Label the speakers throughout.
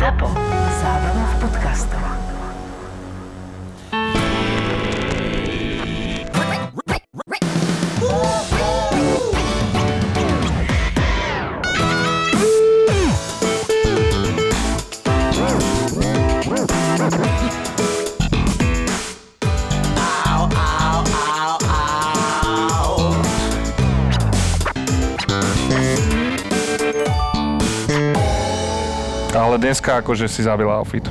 Speaker 1: ZAPO. Zábrná v podcastov.
Speaker 2: Ale dneska akože si zabila outfit.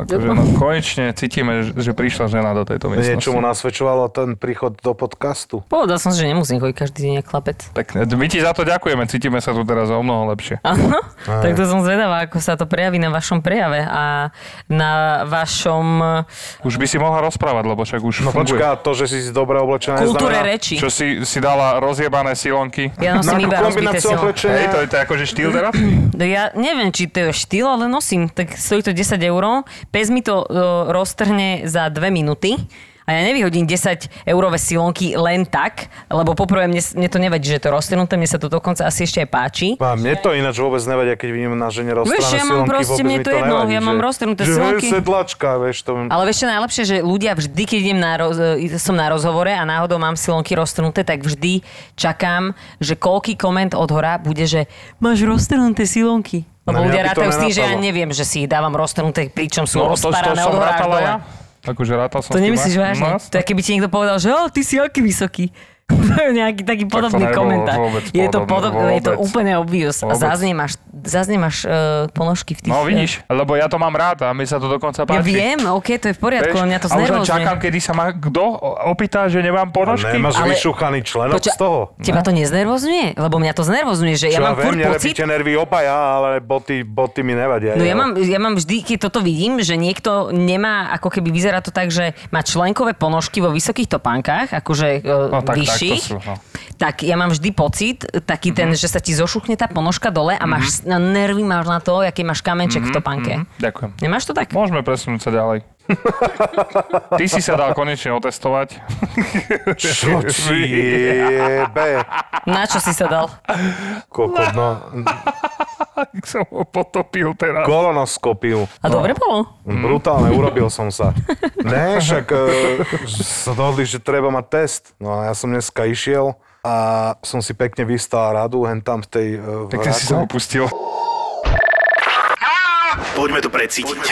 Speaker 2: Akože, no, konečne cítime, že- že prišla žena do tejto miestnosti.
Speaker 3: Niečomu nasvedčovalo ten príchod do podcastu.
Speaker 4: Povedal som si, že nemusím chodiť každý deň jak chlapec.
Speaker 2: Pekne. My ti za to ďakujeme, cítime sa tu teraz o mnoho lepšie.
Speaker 4: Áno, tak to som zvedavá, ako sa to prejaví na vašom prejave a na vašom
Speaker 2: Už by si mohla rozprávať, lebo však už
Speaker 3: No
Speaker 2: funguje.
Speaker 3: počká, to, že si si dobre oblečená,
Speaker 4: kultúre
Speaker 3: neznamená...
Speaker 4: reči.
Speaker 2: Čo si, si dala rozjebané silonky?
Speaker 3: No,
Speaker 4: Ja
Speaker 3: ako
Speaker 4: nosím iba rozbité
Speaker 3: kombináciu
Speaker 4: silo.
Speaker 2: Hej, to
Speaker 3: oblečenia.
Speaker 2: je to je akože štýl teraz?
Speaker 4: No Ja neviem, či to je štýl, ale nosím. Tak stojí to 10 eur. Pes mi to e, roztrhne za 2 minúty. A ja nevyhodím 10 eurové silonky len tak, lebo poprvé mne, mne to nevadí, že je to roztrhnuté, mne sa to dokonca asi ešte aj páči.
Speaker 3: A mne to ináč vôbec nevedia, keď vidím na žene roztrhané
Speaker 4: Vieš, ja mám
Speaker 3: silonky,
Speaker 4: proste,
Speaker 3: vôbec
Speaker 4: mne
Speaker 3: mi
Speaker 4: to jedno,
Speaker 3: nevadí,
Speaker 4: ja
Speaker 3: že-
Speaker 4: mám roztrhnuté
Speaker 3: že,
Speaker 4: silonky.
Speaker 3: Že sedlačka, vieš, to...
Speaker 4: Ale vieš čo je najlepšie, že ľudia vždy, keď idem na, roz, e, som na rozhovore a náhodou mám silonky roztrhnuté, tak vždy čakám, že koľký koment od hora bude, že máš roztrhnuté silonky.
Speaker 3: Na
Speaker 2: No,
Speaker 3: mňa
Speaker 4: Lebo
Speaker 3: by
Speaker 4: ľudia
Speaker 3: to
Speaker 4: rátajú s tým, že ja
Speaker 3: nenapadlo.
Speaker 4: neviem, že si ich dávam roztrhnuté, pričom sú
Speaker 2: No, to, to
Speaker 4: rozparané
Speaker 2: som
Speaker 4: od hora až
Speaker 2: rátala
Speaker 4: dole.
Speaker 2: ja. Akože rátal som s
Speaker 4: To
Speaker 2: tým,
Speaker 4: nemyslíš
Speaker 2: a-
Speaker 4: vážne?
Speaker 2: No,
Speaker 4: To je, keby ti niekto povedal, že o, ty si aký vysoký. Nejaký taký podobný
Speaker 2: nebolo
Speaker 4: komentár.
Speaker 2: vôbec
Speaker 4: Je to,
Speaker 2: podobné,
Speaker 4: podobné, je to
Speaker 2: vôbec.
Speaker 4: úplne obvious. A
Speaker 2: Vôbec.
Speaker 4: zázne máš, zázne máš uh, ponožky v tých...
Speaker 2: No vidíš, lebo ja to mám rád a mi sa to dokonca
Speaker 4: Ja
Speaker 2: páči.
Speaker 4: viem, OK, to je v poriadku,
Speaker 2: Vieš,
Speaker 4: ale mňa to
Speaker 2: a už len
Speaker 4: znervozňuje.
Speaker 2: čakám, kedy sa ma kto opýta, že nemám ponožky.
Speaker 3: Nemáš
Speaker 4: ale-
Speaker 3: vyšuchaný členok No, z toho.
Speaker 4: Teba to neznervozňuje? Lebo mňa to znervozňuje, že ja
Speaker 3: Čo ja
Speaker 4: mám
Speaker 3: viem,
Speaker 4: furt
Speaker 3: mne
Speaker 4: pocit...
Speaker 3: robíte nervy obaja, ale boty, boty mi nevadia.
Speaker 4: No ja mám, ja mám vždy, keď toto vidím, že niekto nemá, ako keby vyzerá to tak, že má členkové ponožky vo vysokých topánkach, akože
Speaker 2: No
Speaker 4: no,
Speaker 2: tak, tak, to
Speaker 4: vyšších,
Speaker 2: sú, no. Mhm.
Speaker 4: tak ja mám vždy pocit, taký ten, že sa ti zošuchne tá ponožka dole a máš na nervy máš na to, aký máš kamenček
Speaker 2: Mhm,
Speaker 4: v topánke.
Speaker 2: Hm, Ďakujem.
Speaker 4: Nemáš to tak?
Speaker 2: Môžeme presunúť sa ďalej. Ty si sa dal konečne otestovať.
Speaker 3: Čo ti jebe?
Speaker 4: Na čo si sa dal?
Speaker 3: Kokot, no.
Speaker 2: Tak som ho potopil teraz.
Speaker 3: Kolonoskopiu.
Speaker 4: A
Speaker 2: No.
Speaker 4: dobre bolo?
Speaker 3: Brutálne, urobil som sa. Ne, však e, sa dohodli, že treba mať test. No a ja som dneska išiel a som si pekne vystal radu, hen tam v tej... e, V
Speaker 2: tak si sa
Speaker 3: Rakúsku.
Speaker 2: opustil.
Speaker 5: Poďme to precítiť.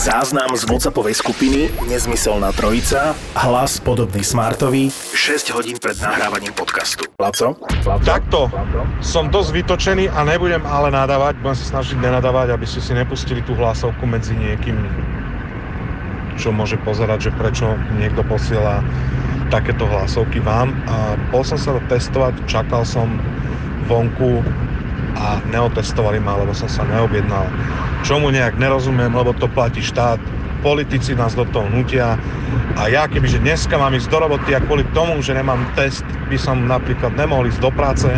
Speaker 5: Záznam z Mocapovej skupiny Nezmyselná trojica. Hlas podobný Smartovi. 6 hodín pred nahrávaním podcastu. Laco?
Speaker 6: Takto som dosť vytočený a nebudem ale nadávať, budem sa snažiť nenadávať, aby ste si nepustili tú hlasovku medzi niekým, čo môže pozerať, že prečo niekto posiela takéto hlasovky vám. A bol som sa testovať, čakal som vonku a neotestovali ma, lebo som sa neobjednal. Čomu nejak nerozumiem, lebo to platí štát, politici nás do toho nutia a ja kebyže dneska mám ísť do roboty a kvôli tomu, že nemám test, by som napríklad nemohol ísť do práce,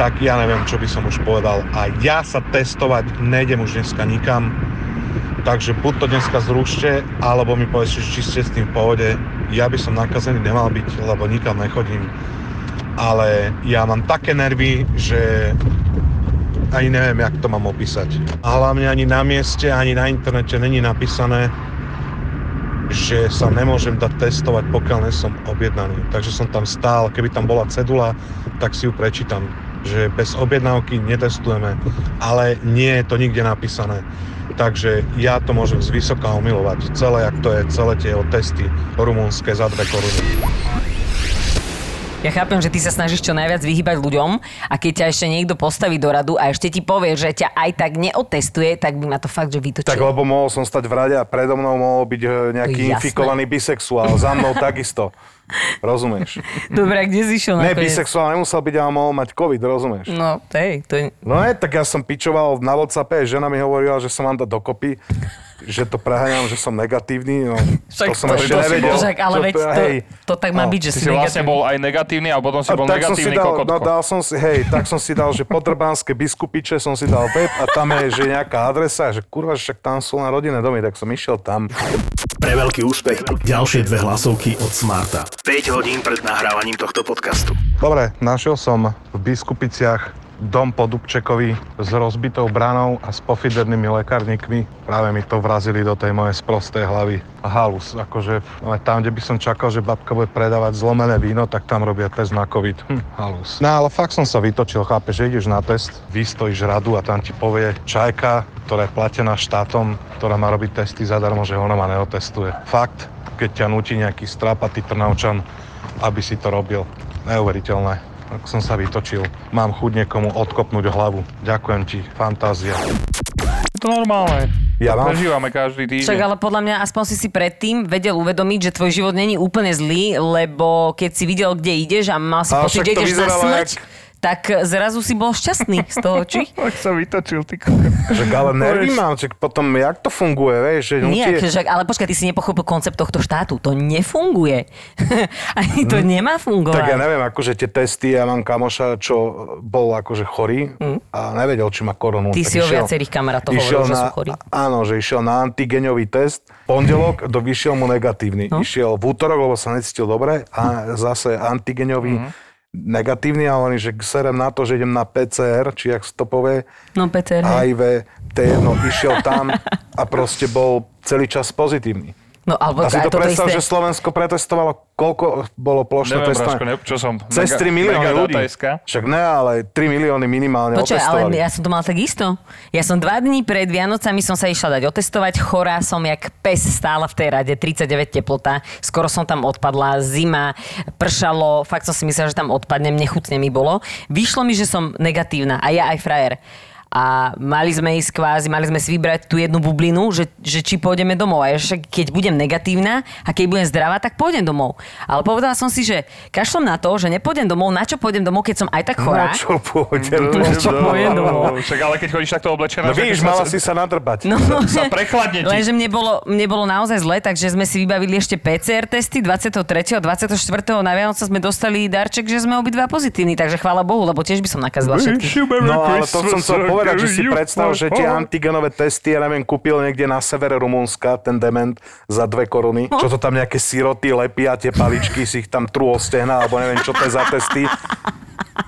Speaker 6: tak ja neviem, čo by som už povedal. A ja sa testovať nejdem už dneska nikam, takže buď to dneska zrušte, alebo mi povieš, či ste s tým v pohode. Ja by som nakazený nemal byť, lebo nikam nechodím. Ale ja mám také nervy, že ani neviem, jak to mám opísať. A hlavne ani na mieste, ani na internete není napísané, že sa nemôžem dať testovať, pokiaľ nie som objednaný. Takže som tam stál, keby tam bola cedula, tak si ju prečítam, že bez objednávky netestujeme, ale nie je to nikde napísané. Takže ja to môžem z vysoka omilovať. Celé, ak to je, celé tie jeho testy rumúnske za 2 koruny.
Speaker 4: Ja chápem, že ty sa snažíš čo najviac vyhýbať ľuďom a keď ťa ešte niekto postaví do radu a ešte ti povie, že ťa aj tak neotestuje, tak by ma to fakt, že vytočilo.
Speaker 3: Tak lebo mohol som stať v rade a predo mnou mohol byť e, nejaký
Speaker 4: Jasné.
Speaker 3: infikovaný bisexuál. Za mnou takisto. Rozumieš?
Speaker 4: Dobre, a kde si išiel
Speaker 3: Ne,
Speaker 4: No, nakoniec?
Speaker 3: bisexuál nemusel byť, ale mohol mať COVID, rozumieš?
Speaker 4: No, hej, to je...
Speaker 3: No ne, tak ja som pičoval na WhatsAppe, žena mi hovorila, že sa mám dať dokopy, že to preháňam, že som negatívny, no to som
Speaker 2: to-
Speaker 3: ešte
Speaker 2: to si
Speaker 3: nevedel.
Speaker 2: bol.
Speaker 4: Však, ale
Speaker 3: Čo
Speaker 4: veď to,
Speaker 3: hej.
Speaker 4: to, tak má
Speaker 3: No,
Speaker 4: byť, že
Speaker 2: Ty
Speaker 4: si
Speaker 2: si vlastne
Speaker 4: negatívny.
Speaker 2: bol aj negatívny a potom si
Speaker 3: A
Speaker 2: bol
Speaker 3: tak som si
Speaker 2: negatívny
Speaker 3: dal, no,
Speaker 2: kokotko.
Speaker 3: dal som si, hej, tak som si dal, že podrbánske biskupiče som si dal web a tam je, že nejaká adresa, že kurva, že však tam sú na rodinné domy, tak som išiel tam.
Speaker 5: Pre veľký úspech. Ďalšie dve hlasovky od Smarta. 5 hodín pred nahrávaním tohto podcastu.
Speaker 6: Dobre, našiel som v Biskupiciach dom po Dubčekovi s rozbitou branou a s pofidernými lekárnikmi. Práve mi to vrazili do tej mojej sprostej hlavy. A halus, akože ale tam, kde by som čakal, že babka bude predávať zlomené víno, tak tam robia test na COVID. Hm, halus. No ale fakt som sa vytočil, chápeš, že ideš na test, vystojíš radu a tam ti povie čajka, ktorá je platená štátom, ktorá má robiť testy zadarmo, že ona ma neotestuje. Fakt, keď ťa nutí nejaký strapatý trnavčan, aby si to robil. Neuveriteľné. Tak som sa vytočil. Mám chuť niekomu odkopnúť hlavu. Ďakujem ti. Fantázia.
Speaker 2: Je to normálne.
Speaker 3: Ja
Speaker 2: to
Speaker 3: mám-
Speaker 2: prežívame každý týždeň.
Speaker 4: Však ale podľa mňa aspoň si si predtým vedel uvedomiť, že tvoj život není úplne zlý, lebo keď si videl, kde ideš a mal si
Speaker 3: A
Speaker 4: pocit,
Speaker 3: však
Speaker 4: že
Speaker 3: to
Speaker 4: ideš na
Speaker 3: vyzeralo
Speaker 4: smrť,
Speaker 3: jak-
Speaker 4: tak zrazu si bol šťastný z toho, či?
Speaker 2: Tak sa vytočil, ty kokos.
Speaker 3: Že, ale nervy mám, že potom jak to funguje, vieš, že
Speaker 4: Nie,
Speaker 3: nutie-
Speaker 4: však, ale počkaj, ty si nepochopil koncept tohto štátu. To nefunguje. Ani to nemá fungovať.
Speaker 3: Hm. Tak ja neviem, akože tie testy, ja mám kamoša, čo bol akože chorý a nevedel, či má koronu.
Speaker 4: Mm. Ty
Speaker 3: Tak
Speaker 4: si o viacerých kamarátoch
Speaker 3: išiel
Speaker 4: hovoril, že
Speaker 3: na,
Speaker 4: sú chorí.
Speaker 3: Áno, že išiel na antigenový test, pondelok do, vyšiel mu negatívny.
Speaker 4: No. Hm.
Speaker 3: Išiel v útorok, lebo sa necítil dobre a zase antigenový
Speaker 4: Mhm.
Speaker 3: negatívny a oni, že serem na to, že idem na PCR, či jak sa to povie,
Speaker 4: No Peter, hej.
Speaker 3: HIV, T1, išiel tam a proste bol celý čas pozitívny.
Speaker 4: no alebo
Speaker 3: A si
Speaker 4: aj
Speaker 3: to
Speaker 4: toto
Speaker 3: predstav,
Speaker 4: isté.
Speaker 3: že Slovensko pretestovalo, koľko bolo plošné
Speaker 2: Neviem, Braško,
Speaker 3: testovanie?
Speaker 2: ne, čo som?
Speaker 3: Cez 3 milióny ľudí.
Speaker 2: Dataeska.
Speaker 3: Však ne, ale 3 milióny minimálne
Speaker 4: Počkaj, ale
Speaker 3: otestovali.
Speaker 4: ja som to mal tak isto. Ja som dva dní pred Vianocami som sa išla dať otestovať, chorá som jak pes stála v tej rade, 39 teplota, skoro som tam odpadla, zima, pršalo, fakt som si myslela, že tam odpadnem, nechutne mi bolo. Vyšlo mi, že som negatívna a ja aj frajer. A mali sme ísť kvázi, mali sme si vybrať tú jednu bublinu, že, že či pôjdeme domov. A ja však, keď budem negatívna a keď budem zdravá, tak pôjdem domov. Ale povedala som si, že kašlom na to, že nepôjdem domov, na čo pôjdem domov, keď som aj tak
Speaker 3: Na
Speaker 4: chorá.
Speaker 3: No čo pôjdem?
Speaker 4: čo poviem domov?
Speaker 2: Však ale keď chodíš takto oblečená...
Speaker 3: No
Speaker 2: však
Speaker 3: vidíš,
Speaker 2: sa-
Speaker 3: mala si sa nadrbať.
Speaker 4: No,
Speaker 2: Sa prechladne ti.
Speaker 4: Lenže mne bolo, mne bolo naozaj zle, takže sme si vybavili ešte PCR testy 23. a 24. na Vianoce sme dostali darček, že sme obidva pozitívni, takže chvála Bohu, lebo tiež by som nakazila všetkých.
Speaker 3: No ale to som chcel povedať, že si predstav, že tie
Speaker 2: anti...
Speaker 3: antigenové testy, ja neviem, kúpil niekde na severe Rumunska ten dement za dve koruny,
Speaker 4: No.
Speaker 3: čo to tam nejaké siroty lepia, tie paličky si ich tam trú o stehna, alebo neviem, čo to je za testy.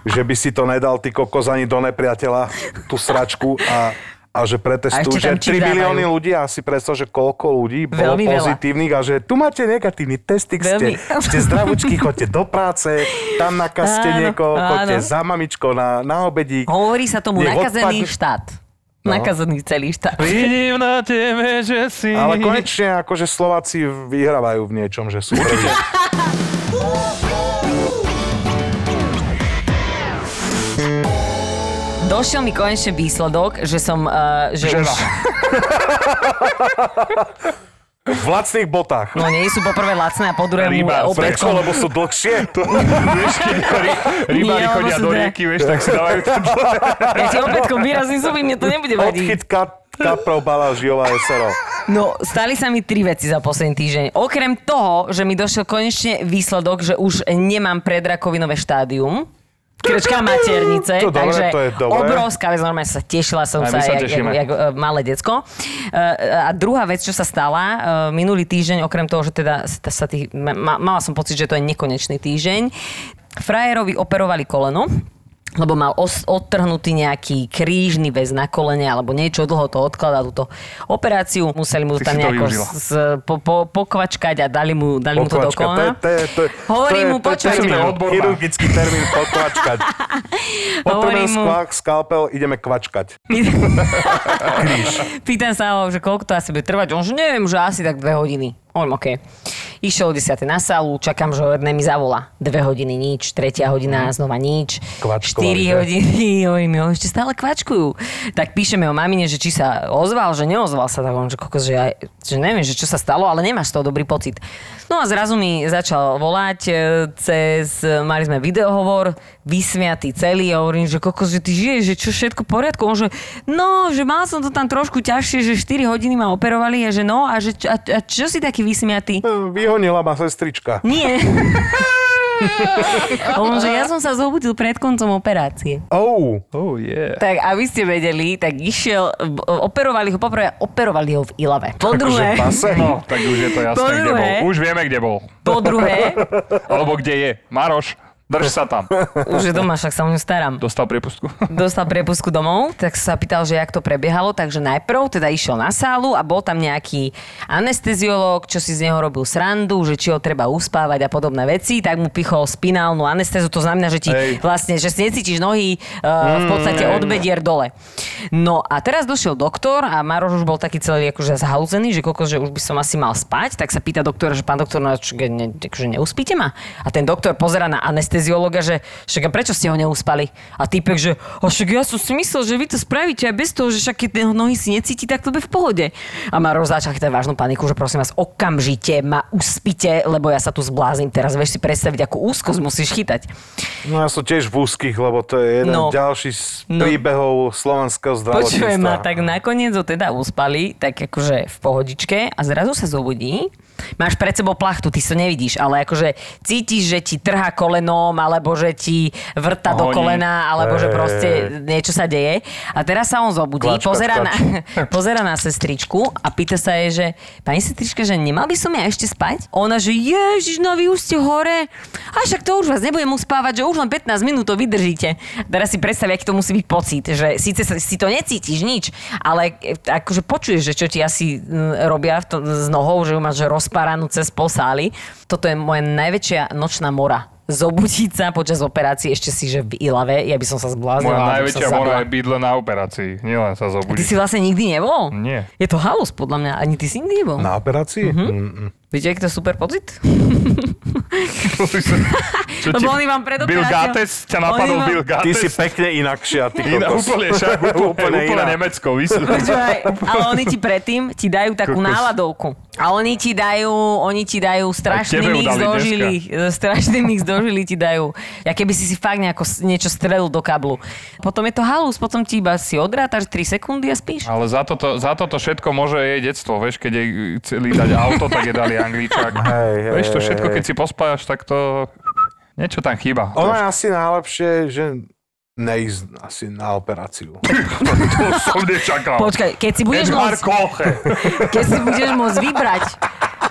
Speaker 3: Že by si to nedal ty kokos ani do nepriateľa, tú sračku a a že pretestujú,
Speaker 4: A ešte
Speaker 3: že
Speaker 4: tam čip
Speaker 3: 3
Speaker 4: dávajú.
Speaker 3: milióny ľudí, a si predstav, že koľko ľudí bolo
Speaker 4: Veľmi veľa.
Speaker 3: pozitívnych a že tu máte negatívny testík, ste,
Speaker 4: Veľmi.
Speaker 3: ste zdravučky, chodte do práce, tam nakazte
Speaker 4: Áno,
Speaker 3: niekoho, chodte
Speaker 4: áno.
Speaker 3: za mamičkou na, na obedík.
Speaker 4: Hovorí sa tomu
Speaker 3: Nech odpadne-
Speaker 4: nakazený štát.
Speaker 2: No.
Speaker 4: Nakazený celý štát.
Speaker 2: Vidím na tebe, že si...
Speaker 3: Ale konečne akože Slováci vyhrávajú v niečom, že sú prví.
Speaker 4: Došiel mi konečne výsledok, že som... Uh, že
Speaker 2: Žena.
Speaker 4: už,
Speaker 3: v lacných botách.
Speaker 4: no nie sú poprvé lacné a po druhé mu
Speaker 2: Rybár,
Speaker 4: opäť
Speaker 3: Prečo? Lebo sú dlhšie.
Speaker 2: Vieš, keď ry- rybári
Speaker 4: Nie, lebo
Speaker 2: chodia
Speaker 4: sú
Speaker 2: do
Speaker 4: dve.
Speaker 2: rieky, vieš, tak si dávajú to
Speaker 4: Ja ti opätkom výrazne zuby, mne to nebude vadiť.
Speaker 3: Odchytka kaprov bala žijová SRO.
Speaker 4: No, stali sa mi tri veci za posledný týždeň. Okrem toho, že mi došiel konečne výsledok, že už nemám predrakovinové štádium, krčka maternice,
Speaker 3: To dobre,
Speaker 4: takže
Speaker 3: to je dobré.
Speaker 4: obrovská vec, normálne sa tešila som
Speaker 2: Aj my
Speaker 4: sa,
Speaker 2: sa
Speaker 4: jak, jak,
Speaker 2: tešíme.
Speaker 4: jak, e, malé decko. E, A druhá vec, čo sa stala, e, minulý týždeň, okrem toho, že teda sa- sa tých, ma, mala som pocit, že to je nekonečný týždeň, frajerovi operovali koleno, lebo mal os- odtrhnutý nejaký krížny väz na kolene alebo niečo, dlho to odkladal túto operáciu, museli mu
Speaker 2: Ty si
Speaker 4: tam
Speaker 2: to
Speaker 4: nejako
Speaker 2: využila.
Speaker 4: s, po, po, pokvačkať a dali mu, dali mu to do
Speaker 3: Pokvačka, to je...
Speaker 4: kolena.
Speaker 3: To je, to je,
Speaker 4: Hovorí
Speaker 3: to je-
Speaker 4: mu,
Speaker 3: to je- to je
Speaker 4: počkajte.
Speaker 3: termín,
Speaker 2: Odborná.
Speaker 3: Chirurgický termín pokvačkať.
Speaker 4: Hovorí
Speaker 3: Potrebujem
Speaker 4: mu-
Speaker 3: skla- skalpel, ideme kvačkať.
Speaker 4: Pýtam sa ho, že koľko to asi bude trvať. On že neviem, že asi tak dve hodiny. On OK. Išiel o 10. na sálu, čakám, že o jednej mi zavolá. Dve hodiny nič, tretia hodina znova nič.
Speaker 3: Kvačkovali,
Speaker 4: 4
Speaker 3: že?
Speaker 4: hodiny, oj, mi ešte stále kvačkujú. Tak píšeme o mamine, že či sa ozval, že neozval sa. Tak on, že, kokos, že, ja, že neviem, že čo sa stalo, ale nemáš z toho dobrý pocit. No a zrazu mi začal volať e, cez, e, mali sme videohovor, vysmiatý celý a hovorím, že kokos, že ty žiješ, že čo všetko v poriadku. On že, no, že mal som to tam trošku ťažšie, že 4 hodiny ma operovali a že no, a, že, a, a čo si taký vysmiatý?
Speaker 3: Vyhonila ma sestrička.
Speaker 4: Nie. On, že ja som sa zobudil pred koncom operácie.
Speaker 3: Oh,
Speaker 2: Oh, yeah.
Speaker 4: Tak aby ste vedeli, tak išiel, b- operovali ho, poprvé operovali ho v Ilave. Po
Speaker 3: akože
Speaker 4: druhé,
Speaker 3: pase.
Speaker 2: No, tak už je to jasné,
Speaker 4: Po
Speaker 2: kde bol.
Speaker 4: druhé.
Speaker 2: Už vieme, kde bol.
Speaker 4: po druhé,
Speaker 2: Alebo kde je. Maroš. Drž sa tam.
Speaker 4: Už je doma, však sa o ňu starám.
Speaker 2: Dostal priepustku.
Speaker 4: Dostal prepusku domov, tak sa pýtal, že jak to prebiehalo, takže najprv teda išiel na sálu a bol tam nejaký anesteziológ, čo si z neho robil srandu, že či ho treba uspávať a podobné veci, tak mu pichol spinálnu anestézu, to znamená, že ti
Speaker 2: Hej.
Speaker 4: vlastne, že si necítiš nohy eh, v podstate od bedier dole. No a teraz došiel doktor a Maroš už bol taký celý akože zhauzený, že koľko, že už by som asi mal spať, tak sa pýta doktora, že pán doktor, no, čo, ne, akože neuspíte ma? A ten doktor pozera na anesteziologa, že však a prečo ste ho neuspali? A týpek, že a však ja som si myslel, že vy to spravíte aj bez toho, že však keď tie nohy si necíti, tak to bude v pohode. A Maroš začal chytať vážnu paniku, že prosím vás, okamžite ma uspite, lebo ja sa tu zbláznim teraz. Vieš si predstaviť, akú úzkosť musíš chytať.
Speaker 3: No ja som tiež v úzkých, lebo to je jeden
Speaker 4: No.
Speaker 3: ďalší z
Speaker 4: No.
Speaker 3: príbehov slovenského zdravotníctva.
Speaker 4: Počujem ma, tak nakoniec ho teda uspali, tak akože v pohodičke a zrazu sa zobudí. Máš pred sebou plachtu, ty sa nevidíš, ale akože cítiš, že ti trhá kolenom, alebo že ti vrta do
Speaker 2: Honí.
Speaker 4: kolena, alebo že
Speaker 3: Ej.
Speaker 4: proste niečo sa deje. A teraz sa on zobudí,
Speaker 3: Kvač,
Speaker 4: pozera,
Speaker 3: kvač,
Speaker 4: na, pozera na sestričku a pýta sa jej, že pani sestrička, že nemal by som ja ešte spať? Ona, že ježiš, no vy už ste hore. A však to už vás nebudem uspávať, že už len 15 minút to vydržíte. Teraz si predstav, aký to musí byť pocit, že síce sa, si to necítiš nič, ale e, akože počuješ, že čo ti asi mm, robia v to, s nohou, že ju máš rozparanú cez pol sály. Toto je moja najväčšia nočná mora zobudiť sa počas operácie, ešte si, že v Ilave, ja by som sa zbláznila.
Speaker 2: Moja
Speaker 4: aby som
Speaker 2: najväčšia
Speaker 4: sa
Speaker 2: mora
Speaker 4: zabila.
Speaker 2: je byť len na operácii, nielen sa
Speaker 4: Ty si
Speaker 2: zobudiť.
Speaker 4: vlastne nikdy nebol?
Speaker 2: Nie. No.
Speaker 4: Je to halus, podľa mňa. Ani ty si nikdy nebol.
Speaker 3: Na operácii?
Speaker 4: Mm.
Speaker 3: Mm-mm.
Speaker 4: Viete, aký to je super pocit?
Speaker 2: Čo ti-
Speaker 4: Lebo oni No vám pred
Speaker 2: Bill
Speaker 4: operáciou-
Speaker 2: Gates? Ťa napadol
Speaker 4: Oni vám-
Speaker 2: Bill
Speaker 3: Ty
Speaker 2: Gates?
Speaker 3: si pekne inakšia, ty
Speaker 2: Iná,
Speaker 3: kokos.
Speaker 2: úplne, však, úplne, úplne,
Speaker 3: iná.
Speaker 2: Nemecko, vysú.
Speaker 4: Počúvaj, ale oni ti predtým ti dajú takú
Speaker 3: Kokos.
Speaker 4: náladovku. A oni ti dajú, oni ti dajú strašný
Speaker 2: tebe ju
Speaker 4: mix
Speaker 2: dali
Speaker 4: do
Speaker 2: dneska.
Speaker 4: žily. E, Strašný mix do žily ti dajú. Ja keby si si fakt nejako, s- niečo strelil do kablu. Potom je to halus, potom ti iba si odrátaš 3 sekundy a spíš.
Speaker 2: Ale za toto, za toto všetko môže jej detstvo, vieš, keď jej chceli dať auto, tak jej dali angličák.
Speaker 3: Hej, hej,
Speaker 2: vieš, to všetko,
Speaker 3: hej,
Speaker 2: keď si pospájaš, tak to... Niečo tam chýba.
Speaker 3: Ono je asi najlepšie, že neísť asi na operáciu.
Speaker 2: to som nečakal.
Speaker 4: Počkaj, keď si budeš
Speaker 2: Edgar
Speaker 4: môcť,
Speaker 2: Koche.
Speaker 4: keď si budeš môcť vybrať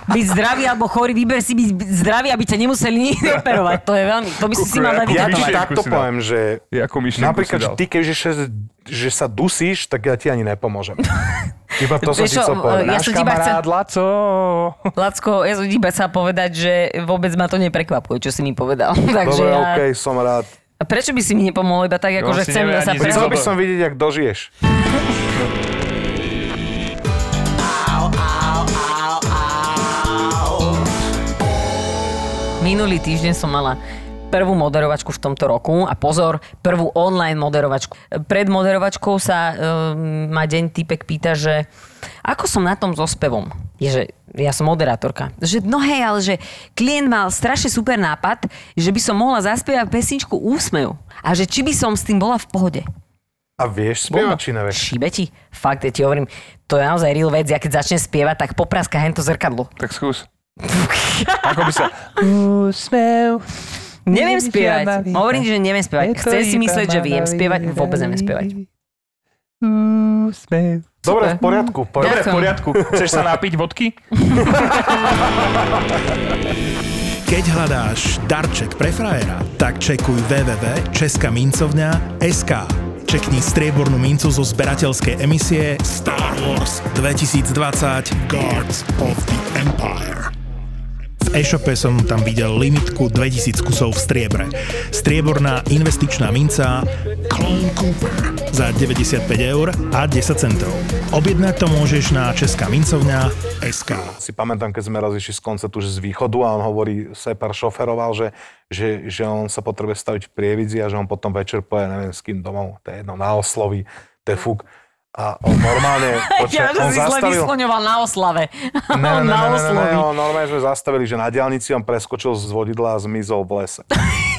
Speaker 4: byť zdravý alebo chorý, vyber si byť zdravý, aby ťa nemuseli nikdy operovať. To je veľmi, to by si si mal dať
Speaker 3: Ja ti
Speaker 2: myšlienku
Speaker 3: takto
Speaker 2: si dal.
Speaker 3: poviem, že
Speaker 2: Jakú myšlienku
Speaker 3: napríklad,
Speaker 2: si
Speaker 3: že
Speaker 2: dal?
Speaker 3: ty keďže šes- že sa dusíš, tak ja ti ani nepomôžem. Iba to som
Speaker 4: Vieš
Speaker 3: ti
Speaker 4: čo,
Speaker 3: chcel
Speaker 4: m-
Speaker 3: povedať.
Speaker 4: ja
Speaker 3: Náš
Speaker 4: som ti iba chcel-
Speaker 3: kamarát Laco.
Speaker 4: Lacko, ja som iba sa povedať, že vôbec ma to neprekvapuje, čo si mi povedal. Takže
Speaker 3: Dobre,
Speaker 4: ja...
Speaker 3: okej, som rád.
Speaker 4: A prečo by si mi nepomohol iba tak, ako
Speaker 2: Ja
Speaker 4: že
Speaker 2: si
Speaker 4: chcem
Speaker 2: neviem
Speaker 4: sa
Speaker 2: ani
Speaker 4: pre...
Speaker 2: zísť
Speaker 3: Chcel
Speaker 2: Dobre.
Speaker 3: by som vidieť, jak dožiješ.
Speaker 4: Minulý týždeň som mala prvú moderovačku v tomto roku a pozor, prvú online moderovačku. Pred moderovačkou sa um, ma deň typek pýta, že ako som na tom so spevom? Je, že ja som moderátorka. Že no hej, ale že klient mal strašne super nápad, že by som mohla zaspievať pesničku Úsmev. A že či by som s tým bola v pohode.
Speaker 3: A vieš spievať, či nevieš?
Speaker 4: Šíbe ti? Fakt, ja ti hovorím, to je naozaj real vec. Ja keď začnem spievať, tak popraska hento zrkadlo.
Speaker 2: Tak skús. Ako by sa...
Speaker 4: Neviem spievať. Hovorím, že neviem spievať. Chcem si myslieť, že viem spievať. Vôbec neviem spievať.
Speaker 3: Dobre, v poriadku. v poriadku.
Speaker 2: Dobre, v
Speaker 4: Ďakujem.
Speaker 2: poriadku. Chceš sa napiť vodky?
Speaker 7: Keď hľadáš darček pre frajera, tak čekuj www.českamincovňa.sk Čekni striebornú mincu zo zberateľskej emisie Star Wars 2020 Guards of the Empire. V e-shope som tam videl limitku 2000 kusov v striebre. Strieborná investičná minca Clone Cooper za 95 eur a 10 centov. Objednať to môžeš na českamincovňa SK.
Speaker 3: si pamätám, keď sme raz išli z koncertu že z východu a on hovorí, Separ šoferoval, že, že, že on sa potrebuje staviť v prievidzi a že on potom večer poje neviem s kým domov, to je jedno, na oslovy, to je fuk. A on normálne,
Speaker 4: Ja,
Speaker 3: počkaj,
Speaker 4: že
Speaker 3: on
Speaker 4: si zle
Speaker 3: zastavil,
Speaker 4: vysloňoval na oslave.
Speaker 3: ne, ne, ne, ne, ne,
Speaker 4: na
Speaker 3: ne,
Speaker 4: oslovi.
Speaker 3: ne, on normálne sme zastavili, že na diálnici on preskočil z vodidla a zmizol v lese.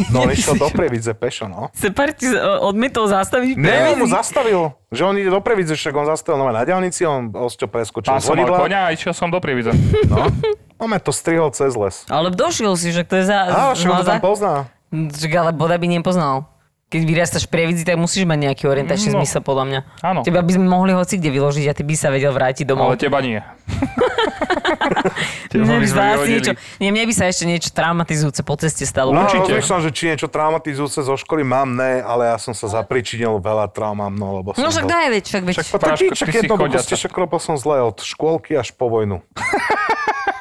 Speaker 3: No on išiel do prievidze pešo, no.
Speaker 4: Separ ti odmietol zastaviť.
Speaker 3: Ne,
Speaker 4: previzí.
Speaker 3: on mu zastavil, že on ide do prievidze, však on zastavil nové na diálnici, on osťo preskočil
Speaker 2: Tam
Speaker 3: z
Speaker 2: som mal
Speaker 3: vodidla.
Speaker 2: konia a išiel som do Prievidza.
Speaker 3: On ma to strihol cez les.
Speaker 4: Ale došiel si, že to je za...
Speaker 3: Á,
Speaker 4: Hm,
Speaker 3: však on to
Speaker 4: mal
Speaker 3: tam
Speaker 4: za-
Speaker 3: pozná.
Speaker 4: Čak, ale boda by nepoznal. Keď vyrastáš v prievidzi, tak musíš mať nejaký orientačný
Speaker 2: No.
Speaker 4: no. zmysel, podľa mňa.
Speaker 2: Áno.
Speaker 4: Teba by sme mohli hoci kde vyložiť a ty by sa vedel vrátiť
Speaker 2: Ale
Speaker 3: No.
Speaker 4: domov.
Speaker 2: teba nie. teba
Speaker 4: Mne
Speaker 2: by
Speaker 4: by
Speaker 2: sme
Speaker 4: sa asi
Speaker 2: vyhodili.
Speaker 4: niečo, nie, mne by sa ešte niečo traumatizujúce po ceste stalo.
Speaker 3: No,
Speaker 2: Určite.
Speaker 3: rozmýšľam, že či niečo traumatizujúce zo školy mám, ne, ale ja som sa zapričinil veľa traumám, no lebo som
Speaker 4: No však
Speaker 3: bol-
Speaker 4: daj veď, však veď.
Speaker 2: Však
Speaker 3: No, tak
Speaker 2: Práško,
Speaker 3: nič,
Speaker 2: ty
Speaker 3: tak
Speaker 2: si
Speaker 3: jednoducho
Speaker 2: chodiaca.
Speaker 3: ste však robil som zle od škôlky až po vojnu.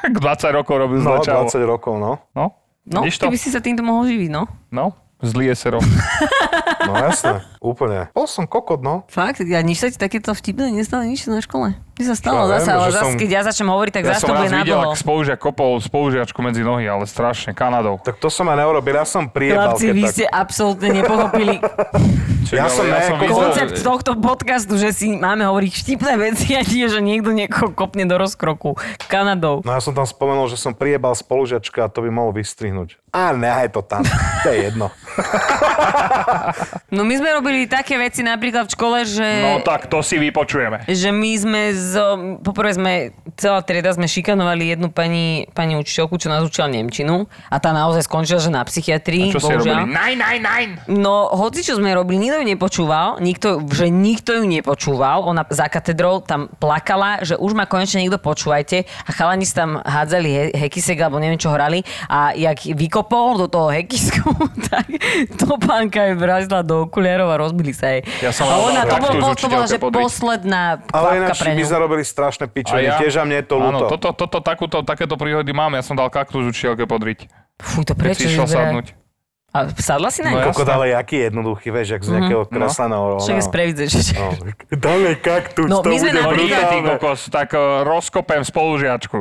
Speaker 2: Tak 20 rokov robil
Speaker 3: No,
Speaker 2: zle čavo.
Speaker 3: 20 rokov, no.
Speaker 2: No,
Speaker 4: No,
Speaker 2: vidíš to?
Speaker 4: ty by si sa týmto mohol živiť, no.
Speaker 2: No, zlý esero.
Speaker 3: No jasné, úplne. Bol som kokot, no.
Speaker 4: Fakt? A nič sa ti takéto vtipné nestalo nič na škole? Mne sa
Speaker 3: Čo
Speaker 4: stalo
Speaker 3: ja
Speaker 4: zase,
Speaker 3: viem,
Speaker 4: ale
Speaker 3: že
Speaker 4: zase,
Speaker 3: som-
Speaker 4: keď ja začnem hovoriť, tak
Speaker 2: Ja
Speaker 4: zase
Speaker 2: som
Speaker 4: to
Speaker 2: raz
Speaker 4: bude
Speaker 2: videl,
Speaker 4: nabolo.
Speaker 2: ak spolužiak kopol spolužiačku medzi nohy, ale strašne, Kanadou.
Speaker 3: Tak to som ja neurobil, ja som priebal,
Speaker 4: Chlapci,
Speaker 3: keď
Speaker 4: vy
Speaker 3: tak.
Speaker 4: ste absolútne nepochopili
Speaker 2: Čiže,
Speaker 3: Ja
Speaker 2: ale
Speaker 3: som nejako-
Speaker 2: videl-
Speaker 4: koncept tohto podcastu, že si máme hovoriť vtipné veci a nie, že niekto niekoho kopne do rozkroku. Kanadou.
Speaker 3: No ja som tam spomenul, že som priebal spolužiačka a to by mohol vystrihnúť. A nehaj to tam, to je jedno.
Speaker 4: No my sme robili také veci napríklad v škole, že...
Speaker 2: No tak to si vypočujeme.
Speaker 4: že my sme, z, poprvé sme, celá trieda sme šikanovali jednu pani, pani učiteľku, čo nás učila Nemčinu a tá naozaj skončila, že na psychiatrii.
Speaker 2: Čo ste
Speaker 4: bohužiaľ.
Speaker 2: robili? Nein, nein, nein.
Speaker 4: No, hoci čo sme robili, nikto ju nepočúval, nikto, že nikto ju nepočúval. Ona za katedrou tam plakala, že už ma konečne niekto počúvajte a chalani si tam hádzali he- hekisek alebo neviem čo hrali a jak vykopol do toho hekisku, tak to pánka jej vrazila do okuliarov a rozbili sa jej.
Speaker 2: Ja som
Speaker 4: a
Speaker 2: mal
Speaker 4: ona, to,
Speaker 2: taktus
Speaker 4: bol, bol, to bola,
Speaker 2: učiteľke
Speaker 4: že
Speaker 2: podriť.
Speaker 4: posledná
Speaker 3: Ale
Speaker 4: kvapka
Speaker 3: ináč
Speaker 4: pre
Speaker 3: my
Speaker 4: ňu.
Speaker 3: zarobili strašné pičoviny, tiež a mne je to
Speaker 2: Áno,
Speaker 3: ľúto.
Speaker 2: toto, toto, takúto, takéto príhody mám. Ja som dal kaktus učielke podriť.
Speaker 4: Fú,
Speaker 2: Keď
Speaker 4: to prečo?
Speaker 2: si išiel
Speaker 4: vyzerá-
Speaker 2: sadnúť.
Speaker 4: A sadla si na
Speaker 2: No
Speaker 4: ňu?
Speaker 3: Kokot, ale jaký jednoduchý, vieš, jak z nejakého kresleného.
Speaker 4: Mhm. Však je
Speaker 3: no.
Speaker 4: sprevidze, že...
Speaker 3: No, Dáme kaktus,
Speaker 4: No,
Speaker 3: to
Speaker 4: my sme
Speaker 2: No
Speaker 3: bude
Speaker 2: nie,
Speaker 4: napríklad-
Speaker 2: ty
Speaker 3: brutálne.
Speaker 2: kokos, tak eh, rozkopem spolužiačku.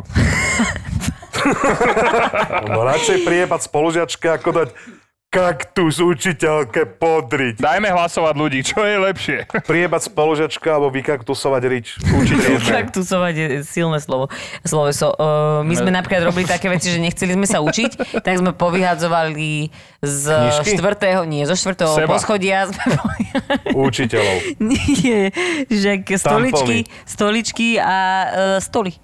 Speaker 3: No radšej priebať spolužiačke, ako dať kaktus učiteľke podriť.
Speaker 2: Dajme hlasovať ľudí, čo je lepšie.
Speaker 3: Priebať spolužiačka alebo vykaktusovať rič. Učiteľke.
Speaker 4: Kaktusovať je silné slovo. Sloveso. Uh, my sme
Speaker 3: No.
Speaker 4: napríklad robili také veci, že nechceli sme sa učiť, tak sme povyhadzovali z
Speaker 3: Knižky?
Speaker 4: štvrtého, nie, zo štvrtého
Speaker 2: Seba.
Speaker 4: poschodia. Sme
Speaker 3: Učiteľov.
Speaker 4: nie, že k- stoličky, stoličky a uh, stoly.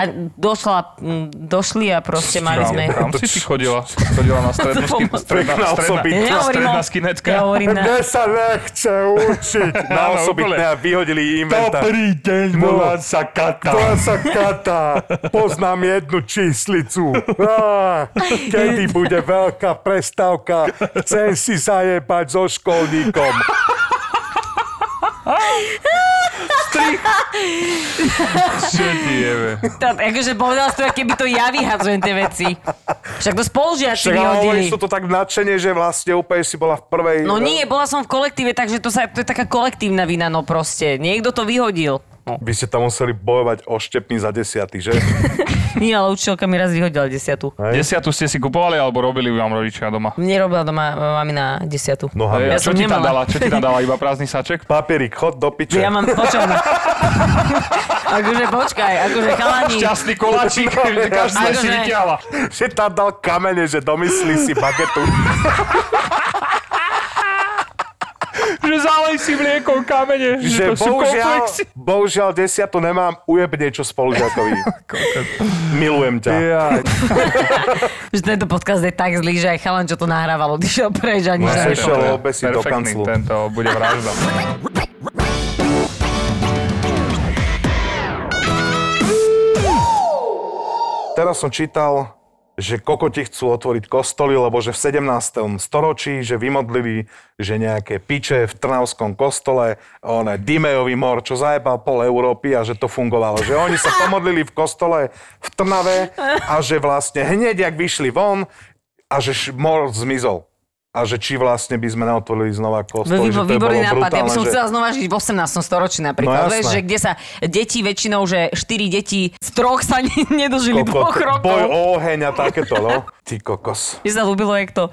Speaker 4: A došla, m, došli a proste mali sme...
Speaker 2: Kam kam si si chodila? Chodila na strednú skin- stredná,
Speaker 3: Pekná
Speaker 2: stredná,
Speaker 3: osobitná.
Speaker 2: stredná,
Speaker 4: Nehovorím o-
Speaker 2: skinecká.
Speaker 4: no, Ja hovorím na...
Speaker 3: Mne sa nechce učiť. Na
Speaker 2: Áno,
Speaker 3: osobitné
Speaker 2: úplne.
Speaker 3: a vyhodili inventár.
Speaker 2: deň,
Speaker 3: volám
Speaker 2: sa Kata.
Speaker 3: To sa katá. Poznám jednu číslicu. Á, Kedy bude veľká prestávka? Chcem si zajebať so školníkom.
Speaker 2: Čo ti jebe?
Speaker 4: Tá, akože povedal si to, keby to ja vyhadzujem tie veci. Však to spolužiaci
Speaker 3: Však ale
Speaker 4: vyhodili.
Speaker 3: hovoríš to, to tak nadšene, že vlastne úplne si bola v prvej...
Speaker 4: No nie, bola som v kolektíve, takže to, sa, to je taká kolektívna vina, no proste. Niekto to vyhodil. No.
Speaker 3: Vy ste tam museli bojovať o štepný za desiaty, že?
Speaker 4: Nie, ale učiteľka mi raz vyhodila desiatu.
Speaker 2: Desiatu ste si kupovali alebo robili vám rodičia doma?
Speaker 4: Mne robila doma mami na desiatu.
Speaker 3: Nohami.
Speaker 4: Ja
Speaker 2: čo
Speaker 4: som
Speaker 2: ti tam dala?
Speaker 4: nemala.
Speaker 2: Čo ti tam dala? Iba prázdny saček?
Speaker 3: Papierik, chod do piče.
Speaker 4: Ja mám, počom. akože počkaj, akože chalani.
Speaker 2: Šťastný koláčik,
Speaker 3: No,
Speaker 2: že každá
Speaker 4: jasné.
Speaker 2: si vyťahla.
Speaker 3: Že tam dal kamene, že domyslí si bagetu.
Speaker 2: Že zalej si mliekom kamene, že
Speaker 3: že
Speaker 2: to sú
Speaker 3: bohužiaľ,
Speaker 2: komplexy.
Speaker 3: bohužiaľ desiatu nemám, ujeb niečo spolužiakovi. Milujem ťa.
Speaker 4: Že tento podcast je tak zlý, že aj chalan, čo to nahrával, odišiel preč a nič.
Speaker 3: No,
Speaker 4: No,
Speaker 3: seš- Išiel
Speaker 2: Tento je
Speaker 3: obesiť do
Speaker 2: perfektný,
Speaker 3: kanclu.
Speaker 2: Tento bude vražda.
Speaker 3: Teraz som čítal, že kokoti chcú otvoriť kostoly, lebo že v 17. storočí, že vymodlili, že nejaké piče v Trnavskom kostole, one, Dimejový mor, čo zajebal pol Európy a že to fungovalo. Že oni sa pomodlili v kostole v Trnave a že vlastne hneď, jak vyšli von, a že š- mor zmizol. A že či vlastne by sme neotvorili znova kostol, že to je bolo
Speaker 4: Výborný nápad. Ja by
Speaker 3: brutálne,
Speaker 4: som
Speaker 3: že...
Speaker 4: chcela znova žiť v 18. storočí napríklad.
Speaker 3: No, jasné.
Speaker 4: Vieš, že kde sa deti väčšinou, že 4 deti z troch sa ne- nedožili dvoch
Speaker 3: kokot,
Speaker 4: rokov.
Speaker 3: boj o oheň a takéto, no. Ty kokos.
Speaker 4: Mne sa ľúbilo, jak to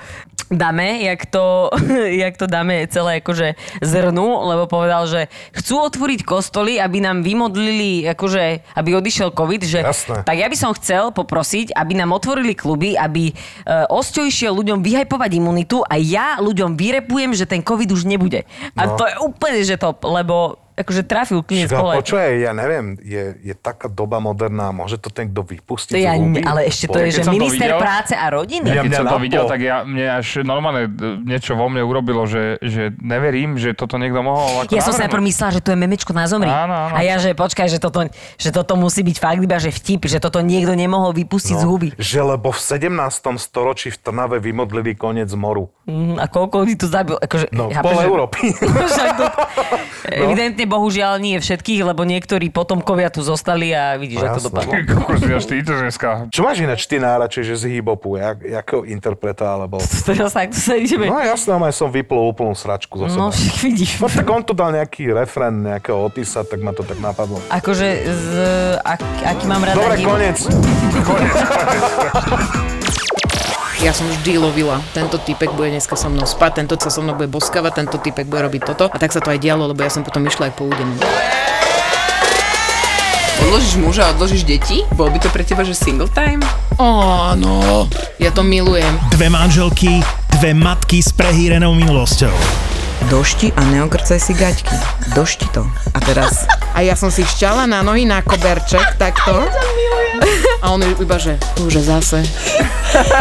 Speaker 4: dáme, jak to, jak to dáme celé akože zrnu, lebo povedal, že chcú otvoriť kostoly, aby nám vymodlili, akože, aby odišiel COVID, že
Speaker 3: Jasné.
Speaker 4: tak ja by som chcel poprosiť, aby nám otvorili kluby, aby e, Osťo išiel ľuďom vyhajpovať
Speaker 2: No.
Speaker 4: imunitu a ja ľuďom vyrepujem, že ten COVID už nebude. A to je úplne, že top, lebo akože trafil kniez
Speaker 3: No
Speaker 4: pole.
Speaker 3: počuje, ja neviem, je, je taká doba moderná, môže to ten, kto vypustí
Speaker 4: To
Speaker 3: z
Speaker 4: ja,
Speaker 3: huby?
Speaker 4: ale ešte to je,
Speaker 2: Keď
Speaker 4: že
Speaker 2: som to
Speaker 4: minister
Speaker 2: videl-
Speaker 4: práce a rodiny.
Speaker 3: Ja
Speaker 2: Ja keď
Speaker 3: mňa
Speaker 2: som to
Speaker 3: napol.
Speaker 2: videl, tak ja, mne až normálne e, niečo vo mne urobilo, že, že neverím, že toto niekto mohol ako
Speaker 4: Ja som si najprv
Speaker 2: navrhnúť.
Speaker 4: myslela, že to je memečko na zomri.
Speaker 2: Áno, áno.
Speaker 4: A ja, že počkaj, že toto, že toto musí byť fakt iba, že vtip, že toto niekto nemohol vypustiť
Speaker 3: No.
Speaker 4: z huby.
Speaker 3: Že lebo v 17. storočí v Trnave vymodlili koniec moru.
Speaker 4: Mhm, A koľko ľudí tu zabil? Akože,
Speaker 3: No,
Speaker 4: chápeš,
Speaker 3: pol
Speaker 4: že- No,
Speaker 3: Európy. No.
Speaker 4: Však to- Evidentne bohužiaľ nie všetkých, lebo niektorí potomkovia tu zostali a vidíš,
Speaker 3: No,
Speaker 4: ako
Speaker 3: jasné.
Speaker 4: to dopadlo.
Speaker 2: Kokos, ja ty to dneska.
Speaker 3: Čo máš ináč ty najradšej, že z hip-hopu, jak, jakého interpreta, alebo...
Speaker 4: Teraz tak to Teda sa ideme.
Speaker 3: No jasné, ale som vyplul úplnú sračku zo seba.
Speaker 4: No však vidíš.
Speaker 3: No tak on tu dal nejaký refren nejakého Otisa, tak ma to tak napadlo.
Speaker 4: Akože, z, ak, aký mám rada
Speaker 3: Dobre,
Speaker 4: div-
Speaker 3: koniec.
Speaker 8: Ja som vždy lovila, tento typek bude dneska so mnou spať, tento sa so mnou bude boskavať, tento typek bude robiť toto. A tak sa to aj dialo, lebo ja som potom išla aj po údenom.
Speaker 9: Odložíš muža a odložíš deti? Bol by to pre teba, že single time?
Speaker 8: Áno, ja to milujem.
Speaker 7: Dve manželky, dve matky s prehýrenou minulosťou.
Speaker 9: Došti a neogrcaj si gaťky. Došti to. A teraz...
Speaker 8: A ja som si šťala na nohy na koberček, takto. A on iba, že bože, zase,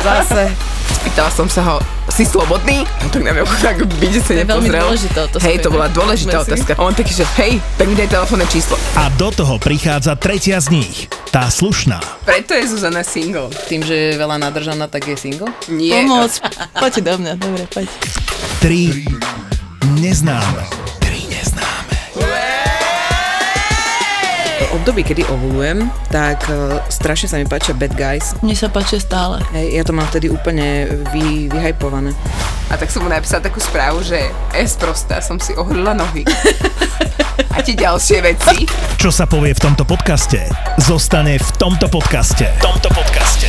Speaker 8: zase.
Speaker 9: Pýtala som sa ho, si slobodný? On tak na mňa tak
Speaker 8: To
Speaker 9: vydesene
Speaker 8: je veľmi
Speaker 9: pozrel.
Speaker 8: dôležitá otázka
Speaker 9: Hej, to
Speaker 8: inak.
Speaker 9: bola dôležitá
Speaker 8: Myslím si.
Speaker 9: otázka. A on taký, že hej, tak mi daj telefónne číslo.
Speaker 7: A do toho prichádza tretia z nich, tá slušná.
Speaker 9: Preto je Zuzana single.
Speaker 8: Tým, že je veľa nadržaná, tak je single.
Speaker 9: Nie.
Speaker 10: Poďte do mňa, dobre, poď.
Speaker 7: Tri neznáme. Tri neznáme.
Speaker 11: V období, kedy ovulujem, tak e, strašne sa mi páčia bad guys.
Speaker 10: Mne sa páči stále.
Speaker 11: Hej, ja to mám vtedy úplne vy, vyhajpované.
Speaker 9: A tak som mu napísala takú správu, že S prostá, som si ohrla nohy. A tie ďalšie veci.
Speaker 7: Čo sa povie v tomto podcaste, zostane v tomto podcaste. V tomto podcaste.